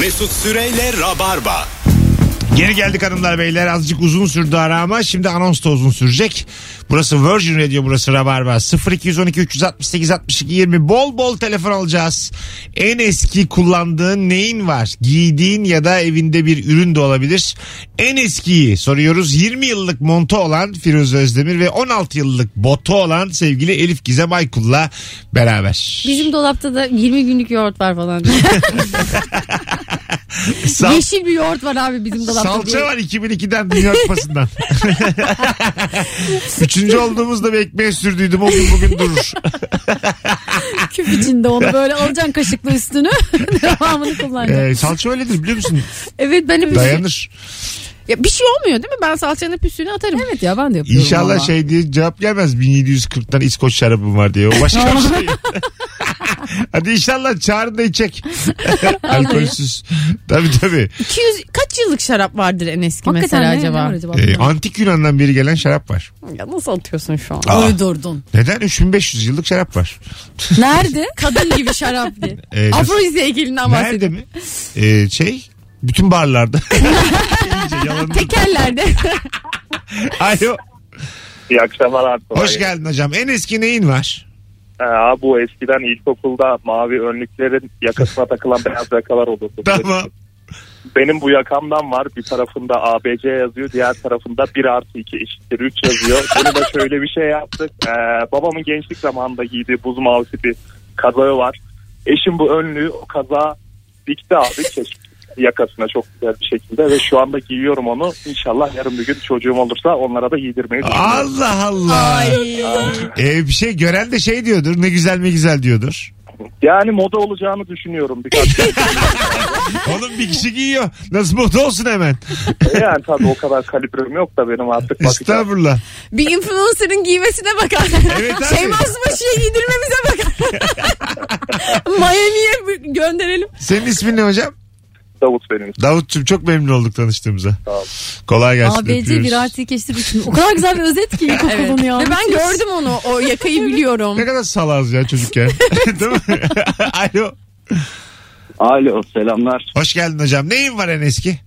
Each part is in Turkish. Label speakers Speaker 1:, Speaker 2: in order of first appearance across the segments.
Speaker 1: Mesut Süreyle Rabarba.
Speaker 2: Geri geldik hanımlar beyler. Azıcık uzun sürdü ara ama şimdi anons da uzun sürecek. Burası Virgin Radio burası Rabarba. 0212 368 62 20 bol bol telefon alacağız. En eski kullandığın neyin var? Giydiğin ya da evinde bir ürün de olabilir. En eskiyi soruyoruz. 20 yıllık montu olan Firuze Özdemir ve 16 yıllık botu olan sevgili Elif Gizem Aykul'la beraber.
Speaker 3: Bizim dolapta da 20 günlük yoğurt var falan.
Speaker 2: Sal-
Speaker 3: Yeşil bir yoğurt var abi bizim dolapta.
Speaker 2: Salça
Speaker 3: diye.
Speaker 2: var 2002'den Dünya Kupası'ndan. Üçüncü olduğumuzda bir ekmeğe sürdüydüm. O gün bugün durur.
Speaker 3: Küp içinde onu böyle alacaksın kaşıkla üstünü. Devamını kullanacaksın.
Speaker 2: Ee, salça öyledir biliyor musun?
Speaker 3: Evet benim
Speaker 2: Dayanır.
Speaker 4: Ya bir şey olmuyor değil mi? Ben salçanın püsüğünü atarım.
Speaker 3: Evet ya ben de yapıyorum.
Speaker 2: İnşallah
Speaker 3: valla.
Speaker 2: şey diye cevap gelmez. 1740'tan İskoç şarabım var diye. O başka bir şey. Hadi inşallah çağırın da içecek. Alkolsüz. Tabii tabii. Ee,
Speaker 4: 200 kaç yıllık şarap vardır en eski
Speaker 3: Hakikaten
Speaker 4: mesela
Speaker 3: ne- ne
Speaker 4: acaba?
Speaker 3: var acaba?
Speaker 2: Ee, antik Yunan'dan beri gelen şarap var.
Speaker 4: Ya nasıl atıyorsun şu an?
Speaker 3: Ah.
Speaker 2: Aa.
Speaker 3: Uydurdun.
Speaker 2: Neden? 3500 yıllık şarap var.
Speaker 3: Nerede? Kadın gibi şarap diye.
Speaker 2: Ee,
Speaker 4: Afrodizya ilgilinden
Speaker 2: Nerede
Speaker 4: bahsediyorum.
Speaker 2: mi? Ee, şey bütün barlarda. İyice yalanını-
Speaker 4: Tekellerde.
Speaker 2: Alo.
Speaker 5: İyi akşamlar abi. Kolay
Speaker 2: Hoş
Speaker 5: gelsin.
Speaker 2: geldin hocam. En eski neyin var?
Speaker 5: Ee, abi bu eskiden ilkokulda mavi önlüklerin yakasına takılan beyaz yakalar olurdu.
Speaker 2: Tamam.
Speaker 5: Benim bu yakamdan var. Bir tarafında ABC yazıyor. Diğer tarafında 1 artı 2 eşittir 3 yazıyor. Bunu da şöyle bir şey yaptık. Ee, babamın gençlik zamanında giydiği buz mavisi bir kazağı var. Eşim bu önlüğü o kazağa dikti abi. Keşke yakasına çok güzel bir şekilde ve şu anda giyiyorum onu. İnşallah yarın bir gün çocuğum olursa onlara da giydirmeyi düşünüyorum.
Speaker 2: Allah Allah. Ee, bir şey gören de şey diyordur. Ne güzel mi güzel diyordur.
Speaker 5: Yani moda olacağını düşünüyorum birkaç
Speaker 2: Oğlum bir kişi giyiyor. Nasıl moda olsun hemen.
Speaker 5: Yani tabii o kadar kalibrem yok da benim artık bakacağım.
Speaker 2: Estağfurullah.
Speaker 4: bir influencer'ın giymesine bakar.
Speaker 2: Evet abi.
Speaker 4: Şeyma Subaşı'ya giydirmemize bakar. Miami'ye bu- gönderelim.
Speaker 2: Senin ismin ne hocam?
Speaker 5: Davut benim.
Speaker 2: Davut'cum çok memnun olduk tanıştığımıza.
Speaker 5: Sağ ol.
Speaker 2: Kolay gelsin.
Speaker 3: ABC
Speaker 2: öpüyoruz.
Speaker 3: bir artı iki eşittir üçün. O kadar güzel bir özet ki ilkokulun ya.
Speaker 4: Ve ben gördüm onu. O yakayı biliyorum.
Speaker 2: Ne kadar salaz ya çocuk ya. Değil mi? Alo.
Speaker 6: Alo selamlar.
Speaker 2: Hoş geldin hocam. Neyin var en eski?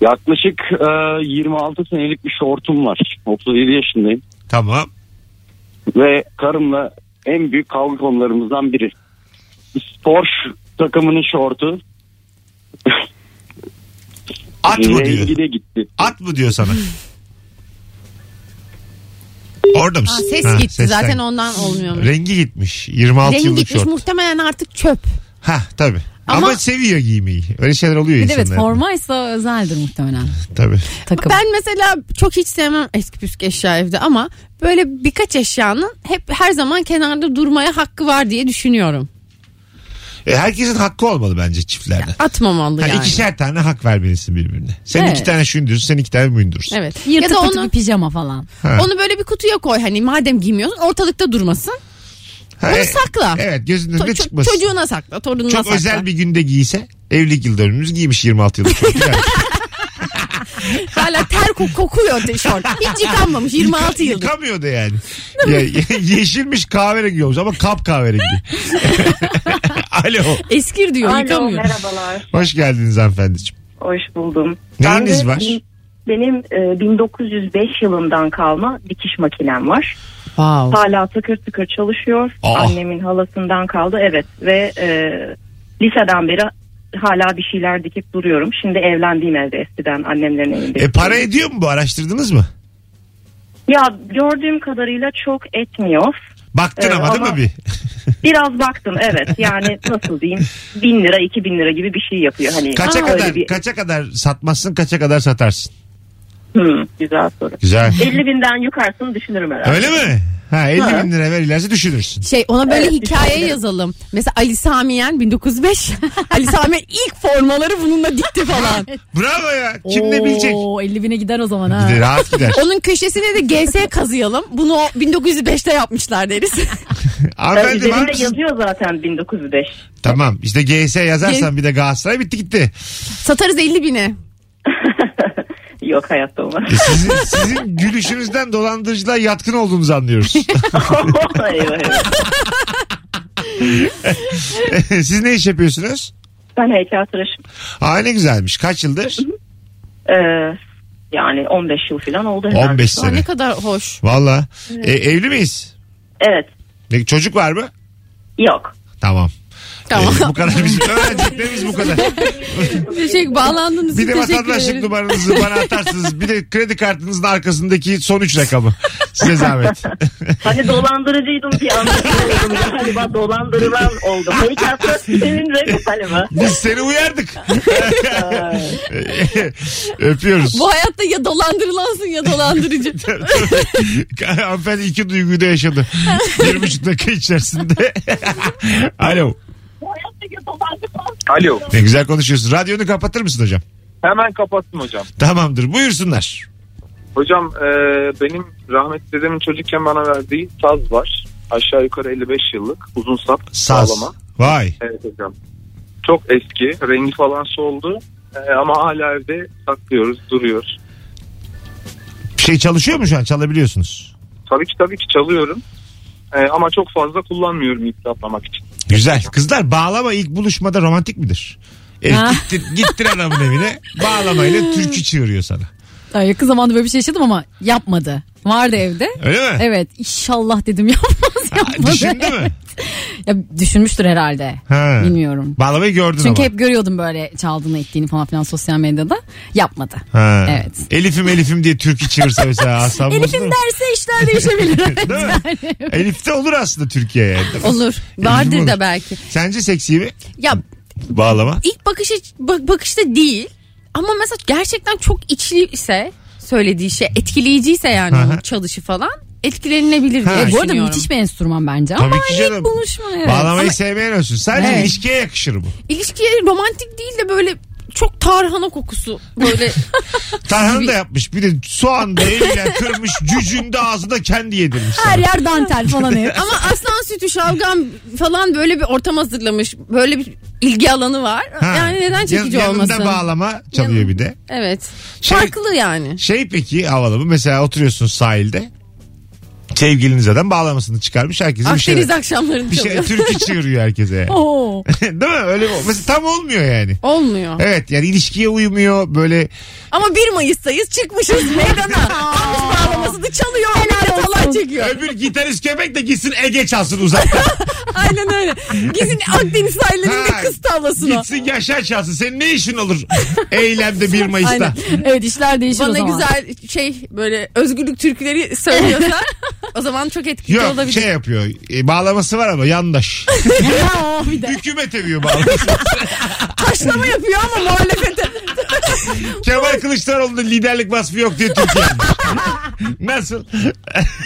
Speaker 6: Yaklaşık e, 26 senelik bir şortum var. 37 yaşındayım.
Speaker 2: Tamam.
Speaker 6: Ve karımla en büyük kavga konularımızdan biri. Spor takımının şortu.
Speaker 2: At mı diyor?
Speaker 6: rengi de gitti.
Speaker 2: At mı diyor sana? Orada
Speaker 4: Aa,
Speaker 2: mısın?
Speaker 4: ses
Speaker 2: Ha,
Speaker 4: gitti
Speaker 2: sesten.
Speaker 4: zaten ondan olmuyormuş.
Speaker 2: Rengi gitmiş. 26
Speaker 4: Rengi
Speaker 2: yıllık
Speaker 4: gitmiş
Speaker 2: şort.
Speaker 4: muhtemelen artık çöp.
Speaker 2: Ha tabii. Ama,
Speaker 4: Ama-
Speaker 2: seviyor giymeyi. Öyle şeyler oluyor
Speaker 3: Bir de
Speaker 2: insanlar.
Speaker 3: evet formaysa özeldir muhtemelen
Speaker 2: Tabii.
Speaker 3: takım.
Speaker 4: Ben mesela çok hiç sevmem eski püskü eşya evde ama böyle birkaç eşyanın hep her zaman kenarda durmaya hakkı var diye düşünüyorum.
Speaker 2: E, herkesin hakkı olmalı bence çiftlerde.
Speaker 4: Atmamalı
Speaker 2: Yani.
Speaker 4: yani.
Speaker 2: ikişer tane hak vermelisin birbirine. Sen
Speaker 3: Evet.
Speaker 2: iki tane şunu diyorsun, sen iki tane bunu diyorsun.
Speaker 4: Evet.
Speaker 3: Yırtık
Speaker 4: ya da
Speaker 3: pıtık
Speaker 4: onu
Speaker 3: bir pijama falan.
Speaker 2: Ha.
Speaker 4: onu böyle bir kutuya koy hani madem giymiyorsun ortalıkta durmasın.
Speaker 2: Ha,
Speaker 4: Onu
Speaker 2: e-
Speaker 4: sakla.
Speaker 2: Evet gözünün
Speaker 4: To-
Speaker 2: önünde
Speaker 4: ço-
Speaker 2: çıkmasın.
Speaker 4: çocuğuna sakla, torununa
Speaker 2: Çok
Speaker 4: sakla.
Speaker 2: özel bir günde giyse evlilik yıl dönümümüz giymiş 26 yıllık çocuk. Yani.
Speaker 4: Hala ter ko- kokuyor tişört. Hiç yıkanmamış
Speaker 2: Yıka-
Speaker 4: 26 yıldır.
Speaker 2: Yıkamıyordu yani. ya, ye- yeşilmiş kahverengi olmuş ama kap kahverengi. Alo.
Speaker 4: Eskir diyor
Speaker 7: Alo
Speaker 4: yıkamıyor.
Speaker 7: merhabalar.
Speaker 2: Hoş geldiniz hanımefendiciğim.
Speaker 7: Hoş buldum.
Speaker 2: Neyiniz
Speaker 7: Ben de
Speaker 2: var?
Speaker 7: bin- Benim e, 1905 yılından kalma dikiş makinem var.
Speaker 4: Wow.
Speaker 7: Hala tıkır tıkır çalışıyor.
Speaker 2: Aa.
Speaker 7: Annemin halasından kaldı evet ve e, liseden beri hala bir şeyler dikip duruyorum. Şimdi evlendiğim evde eskiden annemlerin evinde.
Speaker 2: E para ediyor mu bu araştırdınız mı?
Speaker 7: Ya gördüğüm kadarıyla çok etmiyor.
Speaker 2: Baktın
Speaker 7: Evet,
Speaker 2: ama değil
Speaker 7: Ee,
Speaker 2: mi
Speaker 7: ama-
Speaker 2: bir?
Speaker 7: Biraz baktım evet yani nasıl diyeyim bin lira iki bin lira gibi bir şey yapıyor. Hani
Speaker 2: Kaça
Speaker 7: öyle
Speaker 2: kadar
Speaker 7: bir-
Speaker 2: kaça kadar satmazsın, kaça kadar satarsın?
Speaker 7: Hı, Hmm, güzel soru.
Speaker 2: Güzel.
Speaker 7: 50 binden yukarısını düşünürüm herhalde.
Speaker 2: Öyle mi? Ha 50
Speaker 7: E, Ha.
Speaker 2: bin lira ver ilerisi düşünürsün.
Speaker 4: Şey ona böyle
Speaker 7: Evet,
Speaker 4: hikaye
Speaker 7: düşünüyorum.
Speaker 4: yazalım. Mesela Ali Samiyen 1905. Ali Samiyen ilk formaları bununla dikti falan.
Speaker 2: Bravo ya. Kim ne bilecek?
Speaker 3: Oo, 50 bine gider o zaman ha.
Speaker 2: Gider, rahat gider.
Speaker 4: Onun köşesine de GS kazıyalım. Bunu o 1905'te yapmışlar deriz.
Speaker 7: Tabii,
Speaker 2: Hanımefendi var
Speaker 7: Üzerinde
Speaker 2: mısın?
Speaker 7: yazıyor zaten 1905.
Speaker 2: Tamam işte GS yazarsan bir de Galatasaray bitti gitti.
Speaker 4: Satarız 50 bine.
Speaker 7: Yok hayatta olmaz.
Speaker 2: E, sizin, sizin gülüşünüzden dolandırıcılığa yatkın olduğunuzu anlıyoruz.
Speaker 7: eyvah eyvah.
Speaker 2: Siz ne iş yapıyorsunuz?
Speaker 7: Ben heykeltıraşım.
Speaker 2: Aa ne güzelmiş. Kaç yıldır?
Speaker 7: Ee, yani 15 yıl falan oldu herhalde.
Speaker 2: 15
Speaker 4: Aa, ne
Speaker 2: sene.
Speaker 4: kadar hoş.
Speaker 2: Valla. E, evli miyiz?
Speaker 7: Evet.
Speaker 2: Peki çocuk var mı?
Speaker 7: Yok.
Speaker 2: Tamam.
Speaker 4: Tamam.
Speaker 2: E, bu kadar bizim öğreneceklerimiz bu kadar.
Speaker 3: şey,
Speaker 4: Teşekkür bağlandığınız
Speaker 2: Bir
Speaker 4: için
Speaker 2: de
Speaker 4: teşekkür
Speaker 2: vatandaşlık
Speaker 4: ederim.
Speaker 2: numaranızı bana atarsınız. Bir de kredi kartınızın arkasındaki son üç rakamı. Size zahmet.
Speaker 7: Hani dolandırıcıydım diye anlatıyordum. galiba dolandırılan oldum. Heykeltıraş senin renk galiba.
Speaker 2: Biz seni uyardık. Öpüyoruz.
Speaker 4: Bu hayatta ya dolandırılansın ya dolandırıcı.
Speaker 2: Hanımefendi iki duyguyu da yaşadı. Bir buçuk dakika içerisinde. Alo.
Speaker 5: Alo.
Speaker 2: Ne güzel konuşuyorsun. Radyonu kapatır mısın hocam?
Speaker 5: Hemen kapattım hocam.
Speaker 2: Tamamdır. Buyursunlar.
Speaker 5: Hocam e, benim rahmetli dedemin çocukken bana verdiği saz var. Aşağı yukarı 55 yıllık uzun sap
Speaker 2: Saz.
Speaker 5: sağlama.
Speaker 2: Vay.
Speaker 5: Evet hocam. Çok eski rengi falan soldu E, ama hala evde saklıyoruz duruyor.
Speaker 2: Bir şey çalışıyor mu şu an? Çalabiliyorsunuz.
Speaker 5: Tabii ki tabii ki çalıyorum. E, ama çok fazla kullanmıyorum itiraflamak için.
Speaker 2: Güzel. Kızlar bağlama ilk buluşmada romantik midir? Evet,
Speaker 4: Ha.
Speaker 2: gittin, gittin adamın evine bağlamayla türkü çığırıyor sana.
Speaker 3: Ay, yakın zamanda böyle bir şey yaşadım ama yapmadı. Vardı evde.
Speaker 2: Öyle mi?
Speaker 3: Evet inşallah dedim yapmaz
Speaker 2: Ha,
Speaker 3: yapmadı.
Speaker 2: Düşündü mü?
Speaker 3: Ya, düşünmüştür herhalde.
Speaker 2: Ha.
Speaker 3: Bilmiyorum.
Speaker 2: Bağlamayı gördün
Speaker 3: Çünkü
Speaker 2: ama.
Speaker 3: hep görüyordum böyle çaldığını ettiğini falan filan sosyal medyada. Yapmadı.
Speaker 2: Ha.
Speaker 3: Evet.
Speaker 2: Elif'im Elif'im diye türkü çığırsa mesela Hasan
Speaker 3: Elif'in
Speaker 2: Elif'im
Speaker 3: derse işler değişebilir.
Speaker 2: Değil mi? Elif de olur aslında Türkiye yani. Değil mi?
Speaker 4: Olur.
Speaker 2: Olur.
Speaker 4: Vardır da belki.
Speaker 2: Sence seksi mi?
Speaker 4: Ya
Speaker 2: Bağlama.
Speaker 4: ilk bakışı bak- bakışta değil ama mesela gerçekten çok içli ise söylediği şey etkileyiciyse yani
Speaker 2: Aha.
Speaker 4: onun çalışı falan etkilenilebilir diye
Speaker 2: Ha.
Speaker 3: Bu arada
Speaker 4: düşünüyorum.
Speaker 3: müthiş bir enstrüman bence.
Speaker 2: Tabii
Speaker 3: Ama
Speaker 2: ki
Speaker 3: hani
Speaker 2: canım.
Speaker 3: ilk buluşma evet.
Speaker 2: Bağlamayı
Speaker 3: Ama
Speaker 2: sevmeyen olsun. Sadece
Speaker 3: Evet.
Speaker 2: ilişkiye yakışır bu.
Speaker 4: İlişkiye romantik değil de böyle çok tarhana kokusu böyle
Speaker 2: Tarhanı da yapmış. Bir de soğan da eliyle kırmış. Cücüğün de ağzında kendi yedirmiş. sana.
Speaker 3: her yer dantel falan hep.
Speaker 4: ama aslan sütü şalgam falan böyle bir ortam hazırlamış böyle bir ilgi alanı var
Speaker 2: Ha.
Speaker 4: yani neden çekici
Speaker 2: Yan-
Speaker 4: olmasın
Speaker 2: Yanında bağlama çalıyor bir de.
Speaker 4: evet
Speaker 2: Şey-
Speaker 4: farklı yani
Speaker 2: Şey peki havalı mı? Mesela oturuyorsun sahilde. Sevgiliniz adam bağlamasını çıkarmış. Herkese bir
Speaker 4: Akdeniz
Speaker 2: şey,
Speaker 4: akşamlarını
Speaker 2: bir şey
Speaker 4: çalıyor Oh.
Speaker 2: türkü çığırıyor herkese. yani.
Speaker 3: Oo.
Speaker 2: Değil mi? Öyle mi? Mesela tam olmuyor yani.
Speaker 4: olmuyor
Speaker 2: Evet yani ilişkiye uymuyor böyle
Speaker 4: Ama 1 Mayıs'tayız çıkmışız meydana. Almış bağlamasını çalıyor. Helal falan çekiyor.
Speaker 2: öbür gitarist köpek de gitsin Ege çalsın uzaktan.
Speaker 4: Aynen öyle. Gizin Akdeniz
Speaker 2: Ha,
Speaker 4: sahillerinde kız tavlasına.
Speaker 2: Gitsin Yaşar çalsın. Senin ne işin olur eylemde 1 Mayıs'ta?
Speaker 3: Aynen. Evet işler değişir o
Speaker 4: Bana
Speaker 3: zaman.
Speaker 4: güzel şey böyle özgürlük türküleri söylüyorsa o zaman çok etkili
Speaker 2: Yok
Speaker 4: olabilir.
Speaker 2: şey yapıyor. E, bağlaması var ama yandaş.
Speaker 3: Ha, o bir de.
Speaker 2: Hükümet eviyor bağlaması.
Speaker 4: Taşlama yapıyor ama muhalefete.
Speaker 2: Kemal Kılıçdaroğlu'nda liderlik vasfı yok diye Türkiye'nin. Nasıl?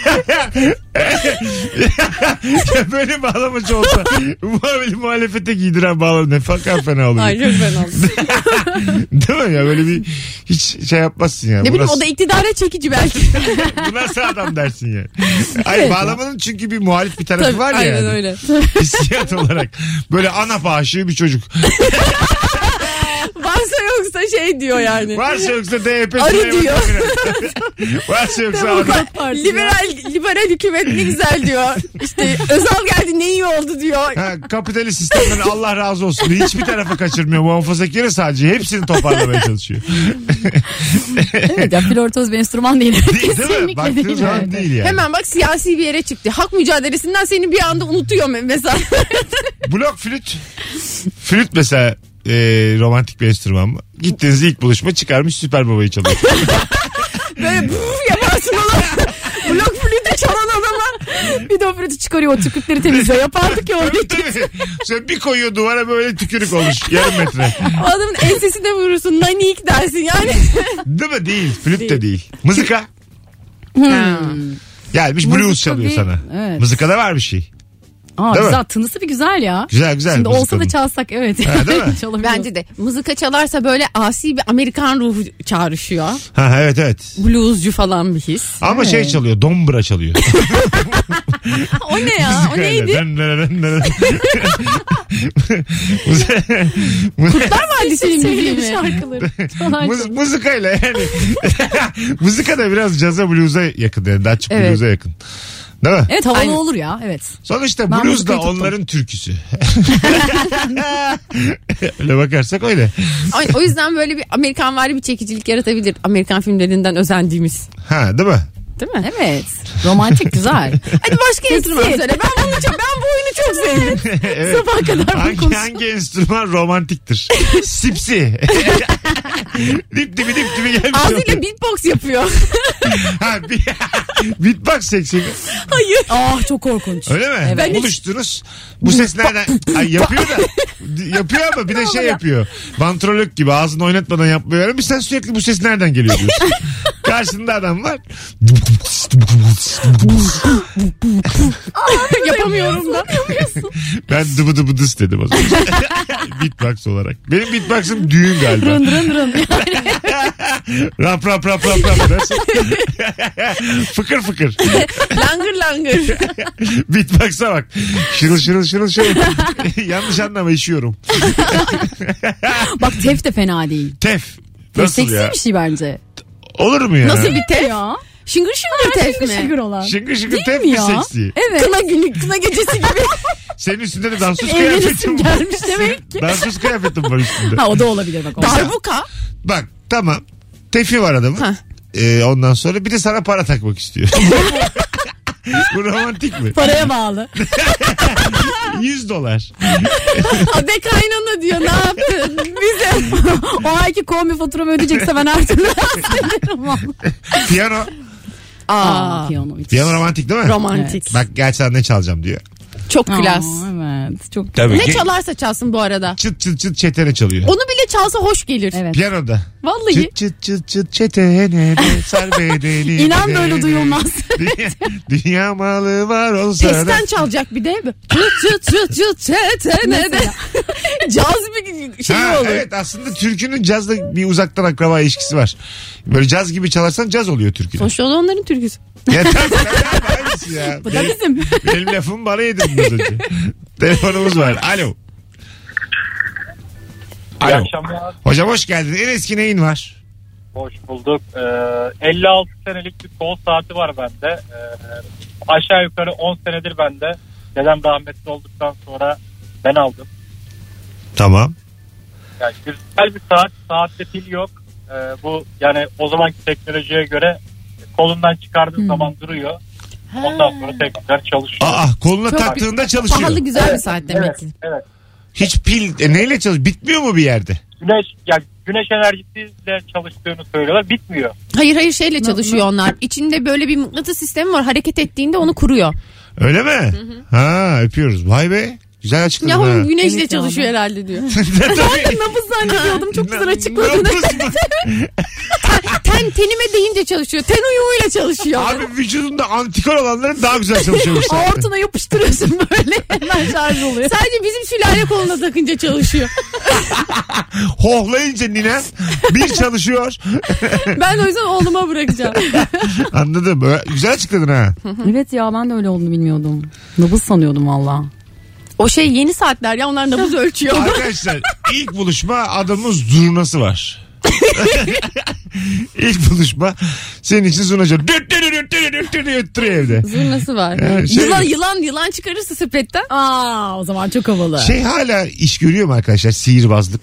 Speaker 2: Ya Böyle bağlamacı olsa muhabili muhalefete giydiren bağlama ne fakat fena olur.
Speaker 4: Ay çok fena oldu.
Speaker 2: Değil mi ya böyle bir hiç şey yapmazsın ya.
Speaker 4: Ne
Speaker 2: Bu
Speaker 4: bileyim
Speaker 2: nasıl-
Speaker 4: o da iktidara çekici belki.
Speaker 2: Bu nasıl adam dersin ya? Hayır bağlamanın çünkü bir muhalif bir tarafı
Speaker 4: Tabii,
Speaker 2: var ya.
Speaker 4: aynen
Speaker 2: yani.
Speaker 4: öyle.
Speaker 2: Hissiyat olarak. Böyle ana aşığı bir çocuk.
Speaker 4: Varsa yoksa şey diyor yani.
Speaker 2: Varsa yoksa DYP.
Speaker 4: Arı
Speaker 2: Süleyman
Speaker 4: diyor.
Speaker 2: Demirel. Varsa yoksa ana.
Speaker 3: Demokrat Parti ya.
Speaker 4: liberal liberal hükümet ne güzel diyor. İşte Özal geldi ne iyi oldu diyor.
Speaker 2: Ha, kapitalist sistemden Allah razı olsun. Hiçbir tarafa kaçırmıyor. Muhafazakiri sadece hepsini toparlamaya çalışıyor.
Speaker 3: Evet ya flörtöz bir enstrüman değil.
Speaker 2: Değil, değil mi?
Speaker 3: Kesinlikle
Speaker 2: Baktığın
Speaker 3: değil.
Speaker 2: zaman değil yani.
Speaker 4: Hemen bak siyasi bir yere çıktı. Hak mücadelesinden seni bir anda unutuyor me- mesela.
Speaker 2: Blok flüt. Flüt mesela e, romantik bir enstrüman mı? Gittiniz ilk buluşma çıkarmış Süper Baba'yı çalıyor.
Speaker 4: Böyle buf yaparsın ona. Blok flütü çalan adama.
Speaker 3: Bir de o flütü çıkarıyor o tükürükleri temizliyor. Yapardık ya orada.
Speaker 2: Tabii tabii. Sonra bir koyuyor duvara böyle tükürük olmuş. Yarım metre.
Speaker 4: O adamın ensesine vurursun. Nanik dersin yani.
Speaker 2: Değil mi? Değil. Flüt de değil. Mızıka.
Speaker 3: Hmm.
Speaker 2: Gelmiş blues
Speaker 3: Mızıka
Speaker 2: çalıyor
Speaker 3: bir-
Speaker 2: sana.
Speaker 3: evet.
Speaker 2: Mızıkada var bir şey.
Speaker 3: Aa,
Speaker 2: Değil mi?
Speaker 3: güzel tınısı bir güzel ya.
Speaker 2: Güzel güzel.
Speaker 3: Şimdi olsa
Speaker 2: mızıkanın.
Speaker 3: da çalsak evet.
Speaker 2: Ha, değil mi?
Speaker 3: Çalabiliyoruz.
Speaker 4: Bence de. Mızıka çalarsa böyle asi bir Amerikan ruhu çağrışıyor.
Speaker 2: Ha evet evet.
Speaker 4: Bluescu falan bir his.
Speaker 2: Ama şey çalıyor. Dombra çalıyor.
Speaker 4: O ne ya? O neydi? Kurtlar Vadisi'nin
Speaker 3: Sevgili
Speaker 4: müziği mi?
Speaker 3: şarkıları. Falan
Speaker 2: Mız, mızıkayla yani. mızıka da biraz caza blues'a yakın yani. Daha çok
Speaker 4: Evet. E,
Speaker 2: blues'a yakın. Değil mi?
Speaker 3: Evet havalı
Speaker 4: Aynen.
Speaker 3: olur ya. Evet.
Speaker 2: Sonuçta
Speaker 3: Ben
Speaker 2: blues da
Speaker 3: mızıkayı tuttum.
Speaker 2: onların türküsü. öyle bakarsak öyle.
Speaker 4: Ay, o yüzden böyle bir Amerikan vari bir çekicilik yaratabilir. Amerikan filmlerinden özendiğimiz.
Speaker 2: Ha değil mi?
Speaker 4: Değil mi?
Speaker 3: Evet. Romantik güzel.
Speaker 4: Hadi başka enstrüman
Speaker 3: Kesin.
Speaker 4: söyle. Ben bunu çok, ben bu oyunu çok sevdim.
Speaker 3: Sabaha kadar bu
Speaker 2: Hangi,
Speaker 3: konuşuyoruz.
Speaker 2: hangi enstrüman romantiktir? Sipsi. dip dibi dip dibi gelmiş.
Speaker 4: Ağzıyla beatbox yapıyor.
Speaker 2: Ha, bi- Beatbox seksi mi?
Speaker 4: Hayır.
Speaker 3: Ah çok korkunç.
Speaker 2: Öyle mi?
Speaker 4: Ben hiç-
Speaker 2: Buluştunuz. Bu ses nereden? Ay, yapıyor da. yapıyor ama bir de şey yapıyor. Vantrolök gibi ağzını oynatmadan yapmıyor. Ama sen sürekli bu ses nereden geliyor diyorsun. Karşında adam var.
Speaker 4: Yapamıyorum da.
Speaker 2: Ben dıbı dıbı dıs dedim az önce. beatbox olarak. Benim beatbox'ım düğün galiba.
Speaker 3: Rın rın rın.
Speaker 2: Rap rap rap rap rap dersin. fıkır fıkır.
Speaker 4: langır langır.
Speaker 2: Beatbox'a bak. Şırıl şırıl şırıl şırıl. Yanlış anlama işiyorum.
Speaker 3: Bak tef de fena değil.
Speaker 2: Tef.
Speaker 3: Tef
Speaker 2: Nasıl
Speaker 3: seksi
Speaker 2: ya?
Speaker 3: bir şey bence.
Speaker 2: Olur mu ya?
Speaker 4: Nasıl bir tef?
Speaker 3: Ya.
Speaker 4: Şıngır şıngır tef
Speaker 3: Şıkır
Speaker 4: mi?
Speaker 3: şıkır olan.
Speaker 2: Şıngır şıngır tef
Speaker 3: mi
Speaker 2: mi
Speaker 3: ya?
Speaker 2: seksi?
Speaker 3: Evet.
Speaker 4: Kına günü, kına gecesi gibi.
Speaker 2: Senin üstünde de dansöz
Speaker 3: Evlenesim
Speaker 2: kıyafetin var.
Speaker 3: gelmiş demek ki.
Speaker 2: Dansöz kıyafetin var üstünde.
Speaker 3: Ha o da olabilir bak. o da.
Speaker 4: Darbuka.
Speaker 2: Bak tamam. Tefi var adamın.
Speaker 4: Hah.
Speaker 2: Ee, ondan sonra bir de sana para takmak istiyor. Bu romantik mi?
Speaker 3: Paraya bağlı.
Speaker 2: 100 dolar.
Speaker 4: Abe kaynana diyor ne yaptın? Bize.
Speaker 3: o ayki kombi faturamı ödeyecekse ben her türlü hallederim vallahi.
Speaker 2: Piyano.
Speaker 3: Aa,
Speaker 4: Aa.
Speaker 3: piyano müthiş.
Speaker 2: Piyano romantik değil mi?
Speaker 4: Romantik.
Speaker 2: Bak gerçekten ne çalacağım diyor.
Speaker 4: Çok
Speaker 3: Aa,
Speaker 4: klas.
Speaker 3: Evet çok
Speaker 2: Tabii.
Speaker 4: Ne çalarsa çalsın bu arada.
Speaker 2: Çıt çıt çıt çetene çalıyor.
Speaker 4: Onu bile çalsa hoş gelir.
Speaker 3: Evet.
Speaker 2: Piyanoda.
Speaker 4: Vallahi.
Speaker 2: Çıt çıt çıt çıt çetene de sar bedeni.
Speaker 3: İnan böyle
Speaker 2: bedeni.
Speaker 3: duyulmaz.
Speaker 2: Dünya, dünya malı var olsa da.
Speaker 4: Pesten çalacak bir de. Çıt çıt çıt çıt çetene de. Caz bir şey
Speaker 2: Ha,
Speaker 4: olur.
Speaker 2: evet aslında türkünün cazla bir uzaktan akraba ilişkisi var. Böyle caz gibi çalarsan caz oluyor türkünün.
Speaker 4: Sonuçta o da onların türküsü.
Speaker 2: ya tabii tabii abi, aynısı ya.
Speaker 3: Bu da
Speaker 2: Benim-
Speaker 3: bizim.
Speaker 2: Benim lafım bana yedin az önce. Telefonumuz var. Alo.
Speaker 5: İyi
Speaker 2: Alo.
Speaker 5: akşamlar.
Speaker 2: Hocam hoş geldin. En eski neyin var?
Speaker 5: Hoş bulduk. Ee, 56 senelik bir kol saati var bende. Ee, aşağı yukarı 10 senedir bende. Dedem rahmetli olduktan sonra ben aldım.
Speaker 2: Tamam.
Speaker 5: Yani güzel bir saat. Saatte pil yok. Ee, bu yani o zamanki teknolojiye göre kolundan çıkardığın zaman duruyor. Ondan sonra tekrar çalışıyor.
Speaker 2: Aa koluna
Speaker 4: Çok
Speaker 2: taktığında çalışıyor.
Speaker 4: Pahalı güzel bir saat demek
Speaker 5: evet,
Speaker 4: ki.
Speaker 5: evet.
Speaker 2: Hiç pil e, neyle çalışıyor? Bitmiyor mu bir yerde?
Speaker 5: Güneş, yani güneş enerjisiyle çalıştığını söylüyorlar. Bitmiyor.
Speaker 4: Hayır hayır şeyle çalışıyor onlar. İçinde böyle bir mıknatıs sistemi var. Hareket ettiğinde onu kuruyor.
Speaker 2: Öyle mi? Ha öpüyoruz. Vay be. Güzel açıkladın
Speaker 4: Yahu
Speaker 2: ha.
Speaker 4: güneşle
Speaker 3: Evet ya,
Speaker 4: çalışıyor herhalde diyor.
Speaker 2: Tabii.
Speaker 4: Nabız zannediyordum çok güzel açıkladın.
Speaker 2: Nabız mı?
Speaker 4: Ten tenime değince çalışıyor. Ten uyumuyla çalışıyor.
Speaker 2: Abi vücudunda antikor olanların daha güzel çalışıyormuş. zaten.
Speaker 4: Ortuna yapıştırıyorsun böyle.
Speaker 3: Hemen şarj oluyor.
Speaker 4: Sadece bizim sülale koluna takınca çalışıyor.
Speaker 2: Hohlayınca ninen bir çalışıyor.
Speaker 4: Ben o yüzden oğluma bırakacağım.
Speaker 2: Anladım. Ö- Güzel açıkladın ha.
Speaker 3: evet ya ben de öyle olduğunu bilmiyordum. Nabız sanıyordum valla.
Speaker 4: O şey yeni saatler ya onlar nabız ölçüyor.
Speaker 2: Arkadaşlar ilk buluşma adamın zurnası var. ilk buluşma senin için zurnacı. Düt düt düt düt düt düt düt düt düt evde.
Speaker 4: Zurnası var.
Speaker 2: Ee, şey-
Speaker 4: yılan yılan yılan çıkarırsa spretten.
Speaker 3: Aa o zaman çok havalı.
Speaker 2: Şey hala iş görüyor mu arkadaşlar sihirbazlık?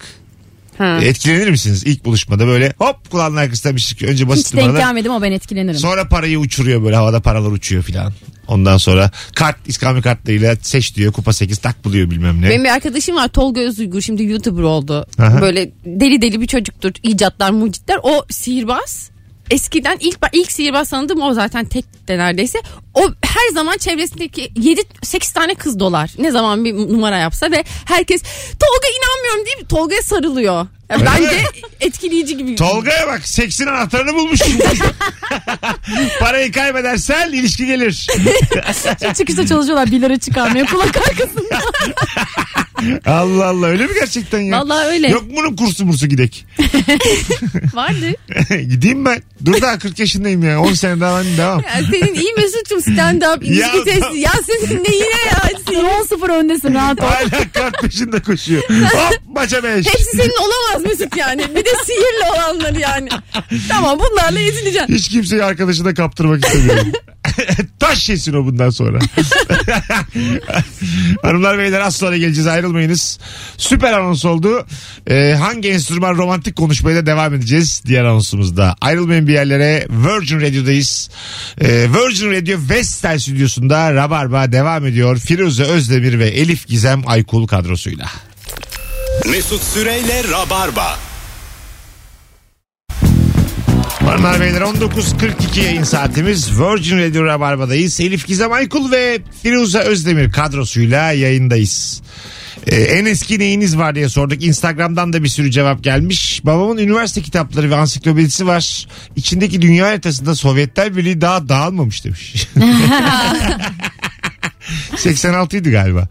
Speaker 4: Ha.
Speaker 2: Etkilenir misiniz ilk buluşmada böyle hop kulağının arkasından bir şey önce basit
Speaker 3: Hiç denk
Speaker 2: numaralar.
Speaker 3: gelmedim ama ben etkilenirim.
Speaker 2: Sonra parayı uçuruyor böyle havada paralar uçuyor filan. Ondan sonra kart iskambil kartlarıyla seç diyor kupa 8 tak buluyor bilmem ne.
Speaker 4: Benim bir arkadaşım var Tolga Özuygur şimdi YouTuber oldu.
Speaker 2: Aha.
Speaker 4: Böyle deli deli bir çocuktur. İcatlar mucitler. O sihirbaz. Eskiden ilk ilk sihirbaz sandım o zaten tek de neredeyse. O her zaman çevresindeki 7 8 tane kız dolar. Ne zaman bir numara yapsa ve herkes Tolga inanmıyorum deyip Tolga'ya sarılıyor. Yani
Speaker 2: Öyle
Speaker 4: bence
Speaker 2: mi?
Speaker 4: etkileyici gibi.
Speaker 2: Tolga'ya bak seksin anahtarını bulmuş. Parayı kaybedersen ilişki gelir.
Speaker 3: Çıkışta çalışıyorlar 1 lira çıkarmaya kulak arkasında.
Speaker 2: Allah Allah öyle mi gerçekten ya?
Speaker 4: Vallahi öyle.
Speaker 2: Yok mu bunun kursu mursu gidek?
Speaker 4: Vardı.
Speaker 2: Gideyim ben. Dur daha 40 yaşındayım ya. 10 sene daha ben devam.
Speaker 4: Ya senin iyi Mesut'cum stand up
Speaker 2: Ya
Speaker 4: ilişki
Speaker 2: tam-
Speaker 4: testi. Ya senin ne yine ya.
Speaker 3: 10-0 öndesin rahat ol.
Speaker 2: Hala kart peşinde koşuyor. Hop maça 5.
Speaker 4: Hepsi senin olamaz Mesut yani. Bir de sihirli olanları yani. Tamam bunlarla ezileceğim.
Speaker 2: Hiç kimseyi arkadaşına kaptırmak istemiyorum. Taş yesin o bundan sonra. Hanımlar beyler az sonra geleceğiz ayrılmayınız. Süper anons oldu. Ee, hangi enstrüman romantik konuşmaya da devam edeceğiz diğer anonsumuzda. Ayrılmayın bir yerlere. Virgin Radio'dayız. Ee, Virgin Radio Vestel stüdyosunda Rabarba devam ediyor. Firuze Özdemir ve Elif Gizem Aykul kadrosuyla.
Speaker 1: Mesut Süreyle Rabarba.
Speaker 2: Hanımlar beyler 19.42 yayın saatimiz Virgin Radio Rabarba'dayız. Elif Gizem Aykul ve Firuze Özdemir kadrosuyla yayındayız. Ee, en eski neyiniz var diye sorduk. Instagram'dan da bir sürü cevap gelmiş. Babamın üniversite kitapları ve ansiklopedisi var. İçindeki dünya haritasında Sovyetler Birliği daha dağılmamış demiş. 86'ydı galiba.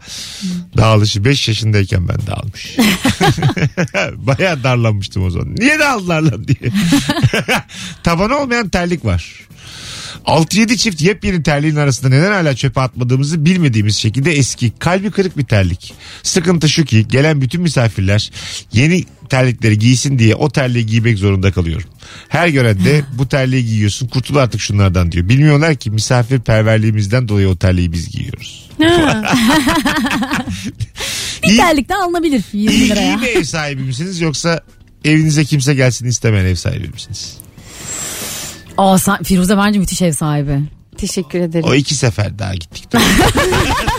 Speaker 2: Dağılışı 5 yaşındayken ben dağılmış. Bayağı darlanmıştım o zaman. Niye dağıldılar lan diye. Tabanı olmayan terlik var. 6-7 çift yepyeni terliğin arasında neden hala çöpe atmadığımızı bilmediğimiz şekilde eski kalbi kırık bir terlik. Sıkıntı şu ki gelen bütün misafirler yeni terlikleri giysin diye o terliği giymek zorunda kalıyorum. Her gören de bu terliği giyiyorsun kurtul artık şunlardan diyor. Bilmiyorlar ki misafirperverliğimizden dolayı o terliği biz giyiyoruz.
Speaker 3: Bir terlik de alınabilir 20
Speaker 2: İyi,
Speaker 3: liraya.
Speaker 2: iyi bir ev sahibi misiniz yoksa evinize kimse gelsin istemeyen ev sahibi misiniz?
Speaker 3: Aa, sen- Firuze bence müthiş ev sahibi.
Speaker 4: Teşekkür ederim.
Speaker 2: O iki sefer daha gittik.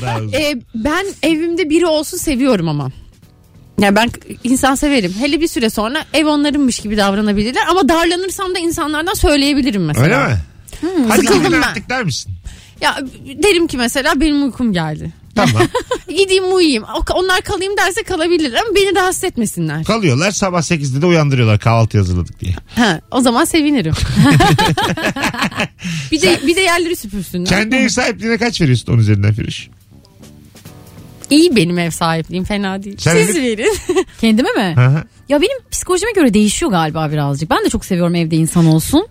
Speaker 2: Daha uzun.
Speaker 4: Ee, ben evimde biri olsun seviyorum ama. Yani ben insan severim. Hele bir süre sonra ev onlarınmış gibi davranabilirler. Ama darlanırsam da insanlardan söyleyebilirim mesela.
Speaker 2: Öyle mi? Hadi
Speaker 4: Hmm, sıkıldım
Speaker 2: gidin
Speaker 4: ben.
Speaker 2: artık der misin?
Speaker 4: Ya derim ki mesela benim uykum geldi.
Speaker 2: Tamam.
Speaker 4: Gideyim uyuyayım. O- Onlar kalayım derse kalabilirler ama beni rahatsız etmesinler.
Speaker 2: Kalıyorlar sabah 8'de de uyandırıyorlar kahvaltı hazırladık diye.
Speaker 4: Ha, o zaman sevinirim. bir de bir de yerleri süpürsünler.
Speaker 2: Kendi ev sahipliğine kaç veriyorsun onun üzerinden Firuş?
Speaker 4: İyi benim ev sahipliğim fena değil.
Speaker 2: Sen
Speaker 4: Siz
Speaker 2: Elif-
Speaker 4: verin.
Speaker 3: Kendime mi?
Speaker 2: Hı hı.
Speaker 3: Ya benim psikolojime göre değişiyor galiba birazcık. Ben de çok seviyorum evde insan olsun.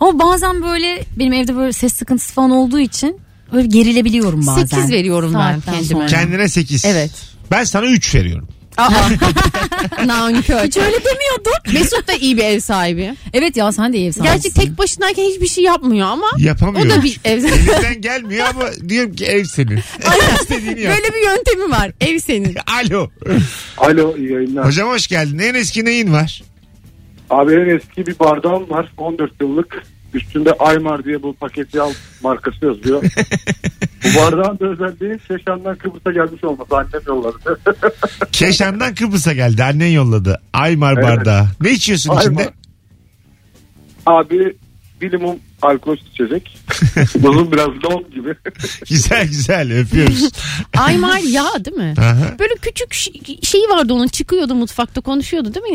Speaker 3: Ama bazen böyle benim evde böyle ses sıkıntısı falan olduğu için böyle gerilebiliyorum bazen.
Speaker 4: Sekiz veriyorum ben
Speaker 3: Saatten
Speaker 4: kendime.
Speaker 3: sonra.
Speaker 2: Kendine 8.
Speaker 4: Evet.
Speaker 2: Ben sana 3 veriyorum.
Speaker 4: Aa. Nankör.
Speaker 3: Hiç öyle demiyordum.
Speaker 4: Mesut da iyi bir ev sahibi.
Speaker 3: evet ya sen de iyi ev sahibisin.
Speaker 4: Gerçi tek başınayken hiçbir şey yapmıyor ama
Speaker 2: Yapamıyorum.
Speaker 4: o da bir ev
Speaker 2: Elinden gelmiyor ama diyorum ki ev senin. İstediğini yap.
Speaker 4: Böyle bir yöntemi var. Ev senin.
Speaker 2: Alo.
Speaker 8: Alo iyi yayınlar.
Speaker 2: Hocam hoş geldin. En eski neyin var?
Speaker 8: Abi en eski bir bardağım var 14 yıllık. Üstünde Aymar diye bu paket yağ markası yazıyor. bu bardağın da özelliği Şeşan'dan Kıbrıs'a gelmiş olması. Annem yolladı.
Speaker 2: Keşan'dan Kıbrıs'a geldi. Annen yolladı. Aymar
Speaker 8: Evet.
Speaker 2: bardağı. Ne içiyorsun
Speaker 8: Aymar.
Speaker 2: içinde?
Speaker 8: Abi bir limon alkol içecek. Buzun biraz don gibi.
Speaker 2: Güzel güzel öpüyoruz.
Speaker 4: Aymar yağ değil mi?
Speaker 2: Aha.
Speaker 4: Böyle küçük şey- şeyi vardı onun çıkıyordu mutfakta konuşuyordu değil mi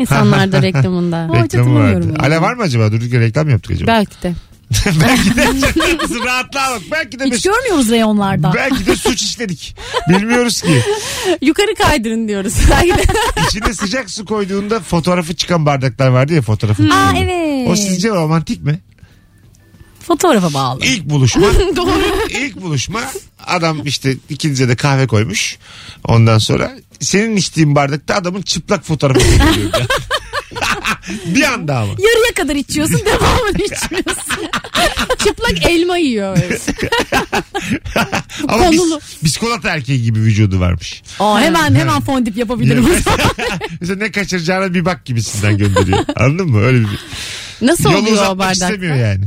Speaker 4: insanlar da reklamında?
Speaker 3: Ay,
Speaker 2: Reklamı
Speaker 3: hatırlamıyorum
Speaker 2: vardı.
Speaker 3: ya.
Speaker 2: Ala var mı acaba? Durduk yere reklam yaptık acaba.
Speaker 4: Belki de.
Speaker 2: belki de canımızı rahatlığa bak. Belki de
Speaker 3: Hiç
Speaker 2: Mesut-
Speaker 3: görmüyoruz reyonlarda.
Speaker 2: Belki de suç işledik. Bilmiyoruz ki.
Speaker 4: Yukarı kaydırın diyoruz. Belki de.
Speaker 2: İçine sıcak su koyduğunda fotoğrafı çıkan bardaklar vardı ya fotoğrafın.
Speaker 3: Aa evet.
Speaker 2: O sizce romantik mi?
Speaker 3: Fotoğrafa bağlı.
Speaker 2: İlk buluşma.
Speaker 4: Doğru.
Speaker 2: ilk buluşma adam işte ikinize de kahve koymuş. Ondan sonra senin içtiğin bardakta adamın çıplak fotoğrafı koyuyor. ya. bir anda ama.
Speaker 3: Yarıya kadar içiyorsun devamını içmiyorsun.
Speaker 4: Çıplak elma yiyor.
Speaker 2: Ama biz,
Speaker 4: Konulu.
Speaker 2: biskolata erkeği gibi vücudu varmış.
Speaker 3: Aa, hemen hemen fondip yapabilirim.
Speaker 2: Mesela ne kaçıracağına bir bak gibisinden gönderiyor. Anladın mı? Öyle bir
Speaker 4: Nasıl
Speaker 2: Yolu
Speaker 4: oluyor o
Speaker 2: uzatmak
Speaker 4: bardak?
Speaker 2: istemiyor yani.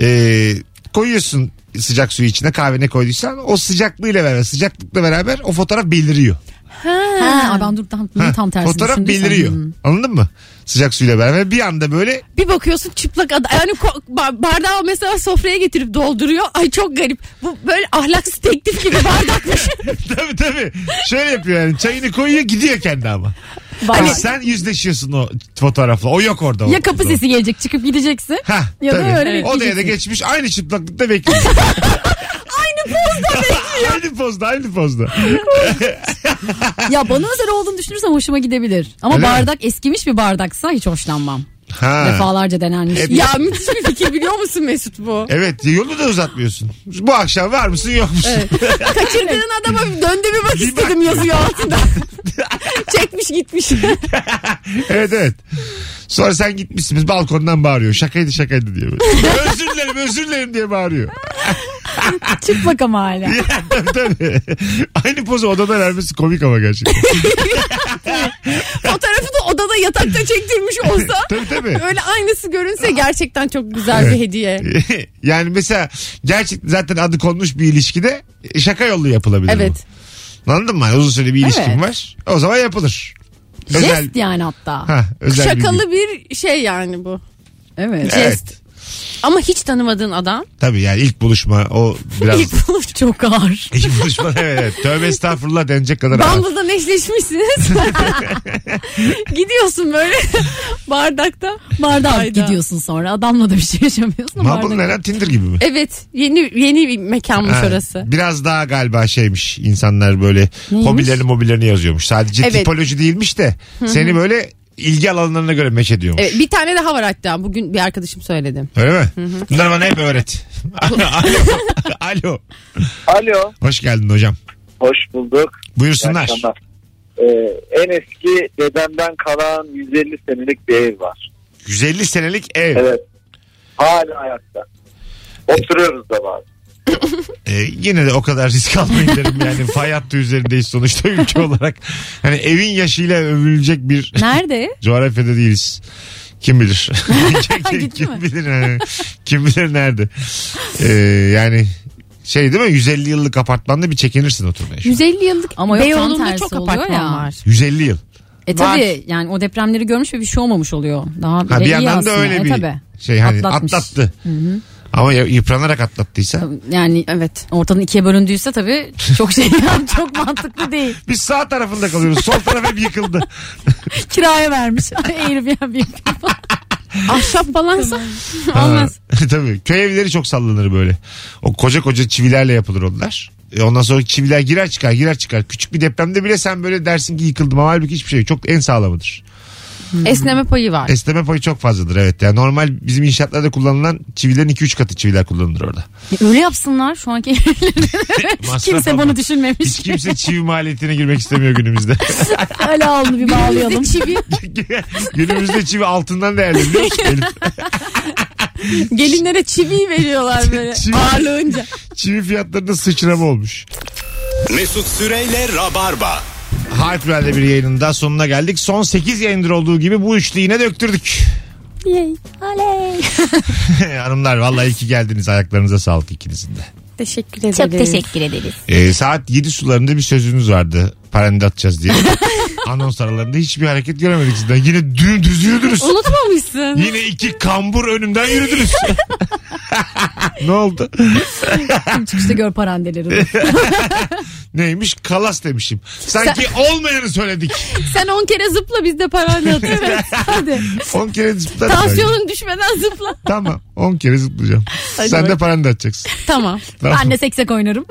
Speaker 2: Ee, koyuyorsun sıcak suyu içine kahve ne koyduysan o sıcaklığıyla beraber sıcaklıkla beraber o fotoğraf beliriyor.
Speaker 3: ha, aa, ben dur tam, bunu tam tersini
Speaker 2: fotoğraf
Speaker 3: düşündüysem.
Speaker 2: beliriyor.
Speaker 3: Hmm.
Speaker 2: Anladın mı? Sıcak suyla beraber bir anda böyle
Speaker 4: Bir bakıyorsun çıplak adam. Yani ko- ba- bardağı mesela sofraya getirip dolduruyor. Ay çok garip. Bu böyle ahlaksız teklif gibi bardakmış.
Speaker 2: tabii tabii şöyle yapıyor yani çayını koyuyor gidiyor kendi ama.
Speaker 3: Bak,
Speaker 2: Ama sen yüzleşiyorsun o fotoğrafla. O yok orada.
Speaker 3: Hani- ya kapı sesi gelecek çıkıp gideceksin.
Speaker 2: Ha,
Speaker 3: Ya da öyle
Speaker 2: Odaya da
Speaker 3: bekleyeceksin.
Speaker 2: geçmiş aynı çıplaklıkta bekliyor. aynı pozda bekliyor. aynı pozda aynı pozda.
Speaker 3: ya bana özel olduğunu düşünürsem hoşuma gidebilir. Ama
Speaker 2: Öyle mi?
Speaker 3: bardak eskimiş bir bardaksa hiç hoşlanmam.
Speaker 2: Ha. E,
Speaker 3: Defalarca denenmiş.
Speaker 2: Hep-
Speaker 4: ya müthiş bir fikir biliyor musun Mesut bu?
Speaker 2: Evet yolu da uzatmıyorsun. Bu akşam var mısın yok musun?
Speaker 4: Kaçırdığın adama dönde bir bak istedim yazıyor altında. Çekmiş gitmiş.
Speaker 2: evet evet. Sonra sen gitmişsiniz balkondan bağırıyor. Şakaydı şakaydı diye böyle. özür dilerim özür dilerim diye bağırıyor.
Speaker 3: Çıplak ama hala.
Speaker 2: tabii tabii. Aynı pozu odada vermesi komik ama gerçekten.
Speaker 4: Fotoğrafı da odada yatakta çektirmiş olsa
Speaker 2: tabii tabii.
Speaker 4: öyle aynısı görünse gerçekten çok güzel bir hediye.
Speaker 2: yani mesela gerçek zaten adı konmuş bir ilişkide şaka yollu yapılabilir bu.
Speaker 4: Evet.
Speaker 2: Anladın mı? Uzun süreli bir ilişkin
Speaker 4: Evet.
Speaker 2: var. O zaman yapılır. Özel,
Speaker 3: Jest yani hatta.
Speaker 2: ha, özel bilgi.
Speaker 4: Şakalı bir şey yani bu.
Speaker 3: Evet.
Speaker 2: Evet.
Speaker 4: jest. Ama hiç tanımadığın adam
Speaker 2: Tabii yani ilk buluşma o biraz... ilk,
Speaker 4: ilk buluşma.
Speaker 3: Çok ağır.
Speaker 2: buluşma evet, evet. Tövbe estağfurullah denecek kadar ağır.
Speaker 4: Bumble'dan eşleşmişsiniz. Gidiyorsun böyle bardakta.
Speaker 3: Bardağa
Speaker 4: Hayda.
Speaker 3: gidiyorsun sonra. Adamla da bir şey yaşamıyorsun. ama
Speaker 2: Bumble
Speaker 3: bardak-
Speaker 2: ne lan Tinder gibi mi?
Speaker 4: Evet yeni yeni bir mekanmış
Speaker 2: Ha,
Speaker 4: orası.
Speaker 2: Biraz daha galiba şeymiş insanlar böyle
Speaker 3: Neymiş?
Speaker 2: hobilerini mobilerini yazıyormuş. Sadece
Speaker 4: Evet.
Speaker 2: tipoloji değilmiş de seni böyle ilgi alanlarına göre meç ediyormuş.
Speaker 4: Evet, bir tane daha var hatta bugün bir arkadaşım söyledi.
Speaker 2: Öyle mi? Bunları bana hep öğret. Alo. Alo.
Speaker 9: Alo.
Speaker 2: Hoş geldin hocam.
Speaker 9: Hoş bulduk.
Speaker 2: Buyursunlar.
Speaker 9: İyi akşamlar. Ee, en eski dedemden kalan 150 senelik bir ev var.
Speaker 2: 150 senelik ev.
Speaker 9: Evet. Hala ayakta. Oturuyoruz da var.
Speaker 2: Ee, yine de o kadar risk almayın derim yani. Fay hattı üzerindeyiz sonuçta ülke olarak. Hani evin yaşıyla övülecek bir
Speaker 3: Nerede?
Speaker 2: coğrafyada değiliz. Kim bilir? kim,
Speaker 3: Gitti mi?
Speaker 2: bilir? yani? Kim bilir nerede? Ee, yani şey değil mi? 150 yıllık apartmanda bir çekinirsin oturmaya. şu an.
Speaker 4: 150 yıllık
Speaker 3: Ama
Speaker 4: ama
Speaker 3: yok, tam
Speaker 4: Beyoğlu'nda
Speaker 3: tersi
Speaker 4: çok
Speaker 3: oluyor
Speaker 4: apartman
Speaker 3: ya.
Speaker 4: var.
Speaker 2: 150 yıl.
Speaker 3: E
Speaker 4: Var.
Speaker 3: tabii yani o depremleri görmüş ve bir şey olmamış oluyor. Daha
Speaker 2: Ha, bir
Speaker 3: iyi
Speaker 2: yandan da
Speaker 3: aslında.
Speaker 2: öyle
Speaker 3: E
Speaker 2: bir
Speaker 3: tabii.
Speaker 2: şey hani
Speaker 3: Atlatmış.
Speaker 2: atlattı. Ama ya- yıpranarak atlattıysa.
Speaker 3: Yani
Speaker 4: Evet.
Speaker 3: ortadan ikiye bölündüyse tabii çok şey çok mantıklı değil.
Speaker 2: Biz sağ tarafında kalıyoruz. Sol taraf hep yıkıldı.
Speaker 3: Kiraya vermiş. Airbnb.
Speaker 4: Ahşap falansa
Speaker 2: Ha,
Speaker 4: olmaz.
Speaker 2: Tabii. Köy evleri çok sallanır böyle. O koca koca çivilerle yapılır onlar. E ondan sonra çiviler girer çıkar girer çıkar. Küçük bir depremde bile sen böyle dersin ki yıkıldım ama halbuki hiçbir şey yok. Çok en sağlamıdır.
Speaker 4: Esneme payı var.
Speaker 2: Esneme payı çok fazladır evet. Yani normal bizim inşaatlarda kullanılan çivilerin 2-3 katı çiviler kullanılır orada.
Speaker 3: E, öyle yapsınlar şu anki
Speaker 2: Masraf
Speaker 3: kimse
Speaker 2: ama.
Speaker 3: bunu düşünmemiş.
Speaker 2: Hiç kimse çivi maliyetine girmek istemiyor günümüzde.
Speaker 3: Öyle alnı bir bağlayalım.
Speaker 4: Çivi.
Speaker 2: günümüzde çivi altından değerli biliyor musun? Elif?
Speaker 4: Gelinlere çivi veriyorlar böyle
Speaker 2: Çivi.
Speaker 4: ağırlığınca.
Speaker 2: çivi fiyatlarında sıçrama olmuş.
Speaker 1: Mesut Süreyle Rabarba.
Speaker 2: Harikulade bir yayının daha sonuna geldik. Son 8 yayındır olduğu gibi bu üçlü yine döktürdük. Hanımlar vallahi iki geldiniz ayaklarınıza sağlık ikinizin de.
Speaker 4: Teşekkür ederim.
Speaker 3: ederiz.
Speaker 2: Ee, saat 7 sularında bir sözünüz vardı. Parende atacağız diye. Anons aralarında hiçbir hareket göremedik sizden. Yine dümdüz yürüdünüz.
Speaker 4: Unutmamışsın.
Speaker 2: Yine iki kambur önümden yürüdünüz. ne oldu?
Speaker 3: Çıkışta gör parandeleri.
Speaker 2: Neymiş? Kalas demişim. Sanki olmayanı söyledik.
Speaker 4: Sen 10 kere zıpla biz de paranı atıyoruz. Hadi.
Speaker 2: 10 kere zıplarım.
Speaker 4: Tansiyonun düşmeden zıpla.
Speaker 2: Tamam. 10 kere zıplayacağım. Sen de parende atacaksın.
Speaker 4: Tamam.
Speaker 2: Tamam.
Speaker 3: ben de seksek oynarım.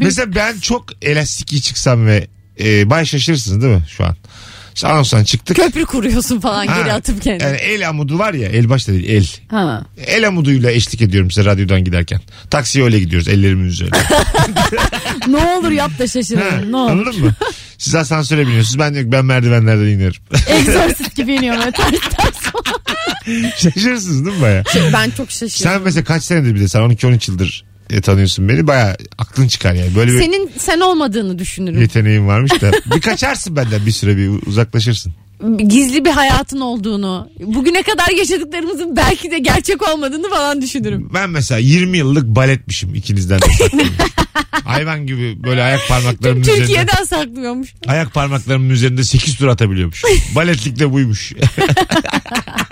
Speaker 2: Mesela ben çok elastiki çıksam ve e, bay şaşırırsınız değil mi şu an? İşte anonsdan çıktık.
Speaker 4: Köprü kuruyorsun falan geri
Speaker 2: Ha,
Speaker 4: atıp kendini.
Speaker 2: Yani el amudu var ya el başta değil el.
Speaker 4: Ha.
Speaker 2: El amuduyla eşlik ediyorum size radyodan giderken. Taksiye öyle gidiyoruz ellerimin üzerine.
Speaker 3: ne olur yap da şaşırırım. ne olur.
Speaker 2: Anladın mı? Siz asansöre biniyorsunuz. Ben diyorum ki ben merdivenlerden inerim.
Speaker 3: Exorcist gibi iniyor böyle. Ters ters.
Speaker 2: Şaşırırsınız değil mi baya?
Speaker 4: Şey, Ben çok şaşırdım.
Speaker 2: Sen mesela kaç senedir bir de sen 12-13 yıldır e, tanıyorsun beni. Baya aklın çıkar yani. Böyle bir
Speaker 4: Senin sen olmadığını düşünürüm.
Speaker 2: yeteneğin varmış da. Bir kaçarsın benden bir süre bir uzaklaşırsın.
Speaker 4: Gizli bir hayatın olduğunu, bugüne kadar yaşadıklarımızın belki de gerçek olmadığını falan düşünürüm.
Speaker 2: Ben mesela 20 yıllık baletmişim ikinizden de saklıyorum. Hayvan gibi böyle ayak parmaklarımın
Speaker 3: şey
Speaker 2: üzerinde.
Speaker 4: Türkiye'den saklıyormuş.
Speaker 2: Ayak parmaklarımın üzerinde 8 tur atabiliyormuş. Baletlik de buymuş.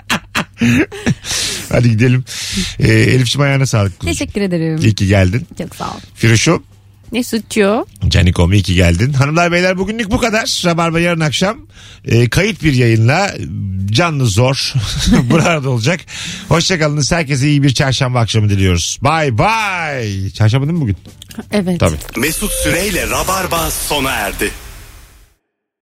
Speaker 2: Hadi gidelim. Ee, Elif'ciğim ayağına sağlık. kuzucuğum.
Speaker 3: Teşekkür ederim.
Speaker 2: İyi ki geldin.
Speaker 3: Çok sağ ol.
Speaker 2: Firuş'um,
Speaker 4: Ne suçuyor?
Speaker 2: Canikom iyi ki geldin. Hanımlar beyler bugünlük bu kadar. Rabarba yarın akşam e, kayıt bir yayınla canlı zor burada olacak. Hoşçakalınız. Herkese iyi bir çarşamba akşamı diliyoruz. Bay bay. Çarşamba değil mi bugün?
Speaker 4: Evet.
Speaker 2: Tabii.
Speaker 1: Mesut Süreyle Rabarba sona erdi.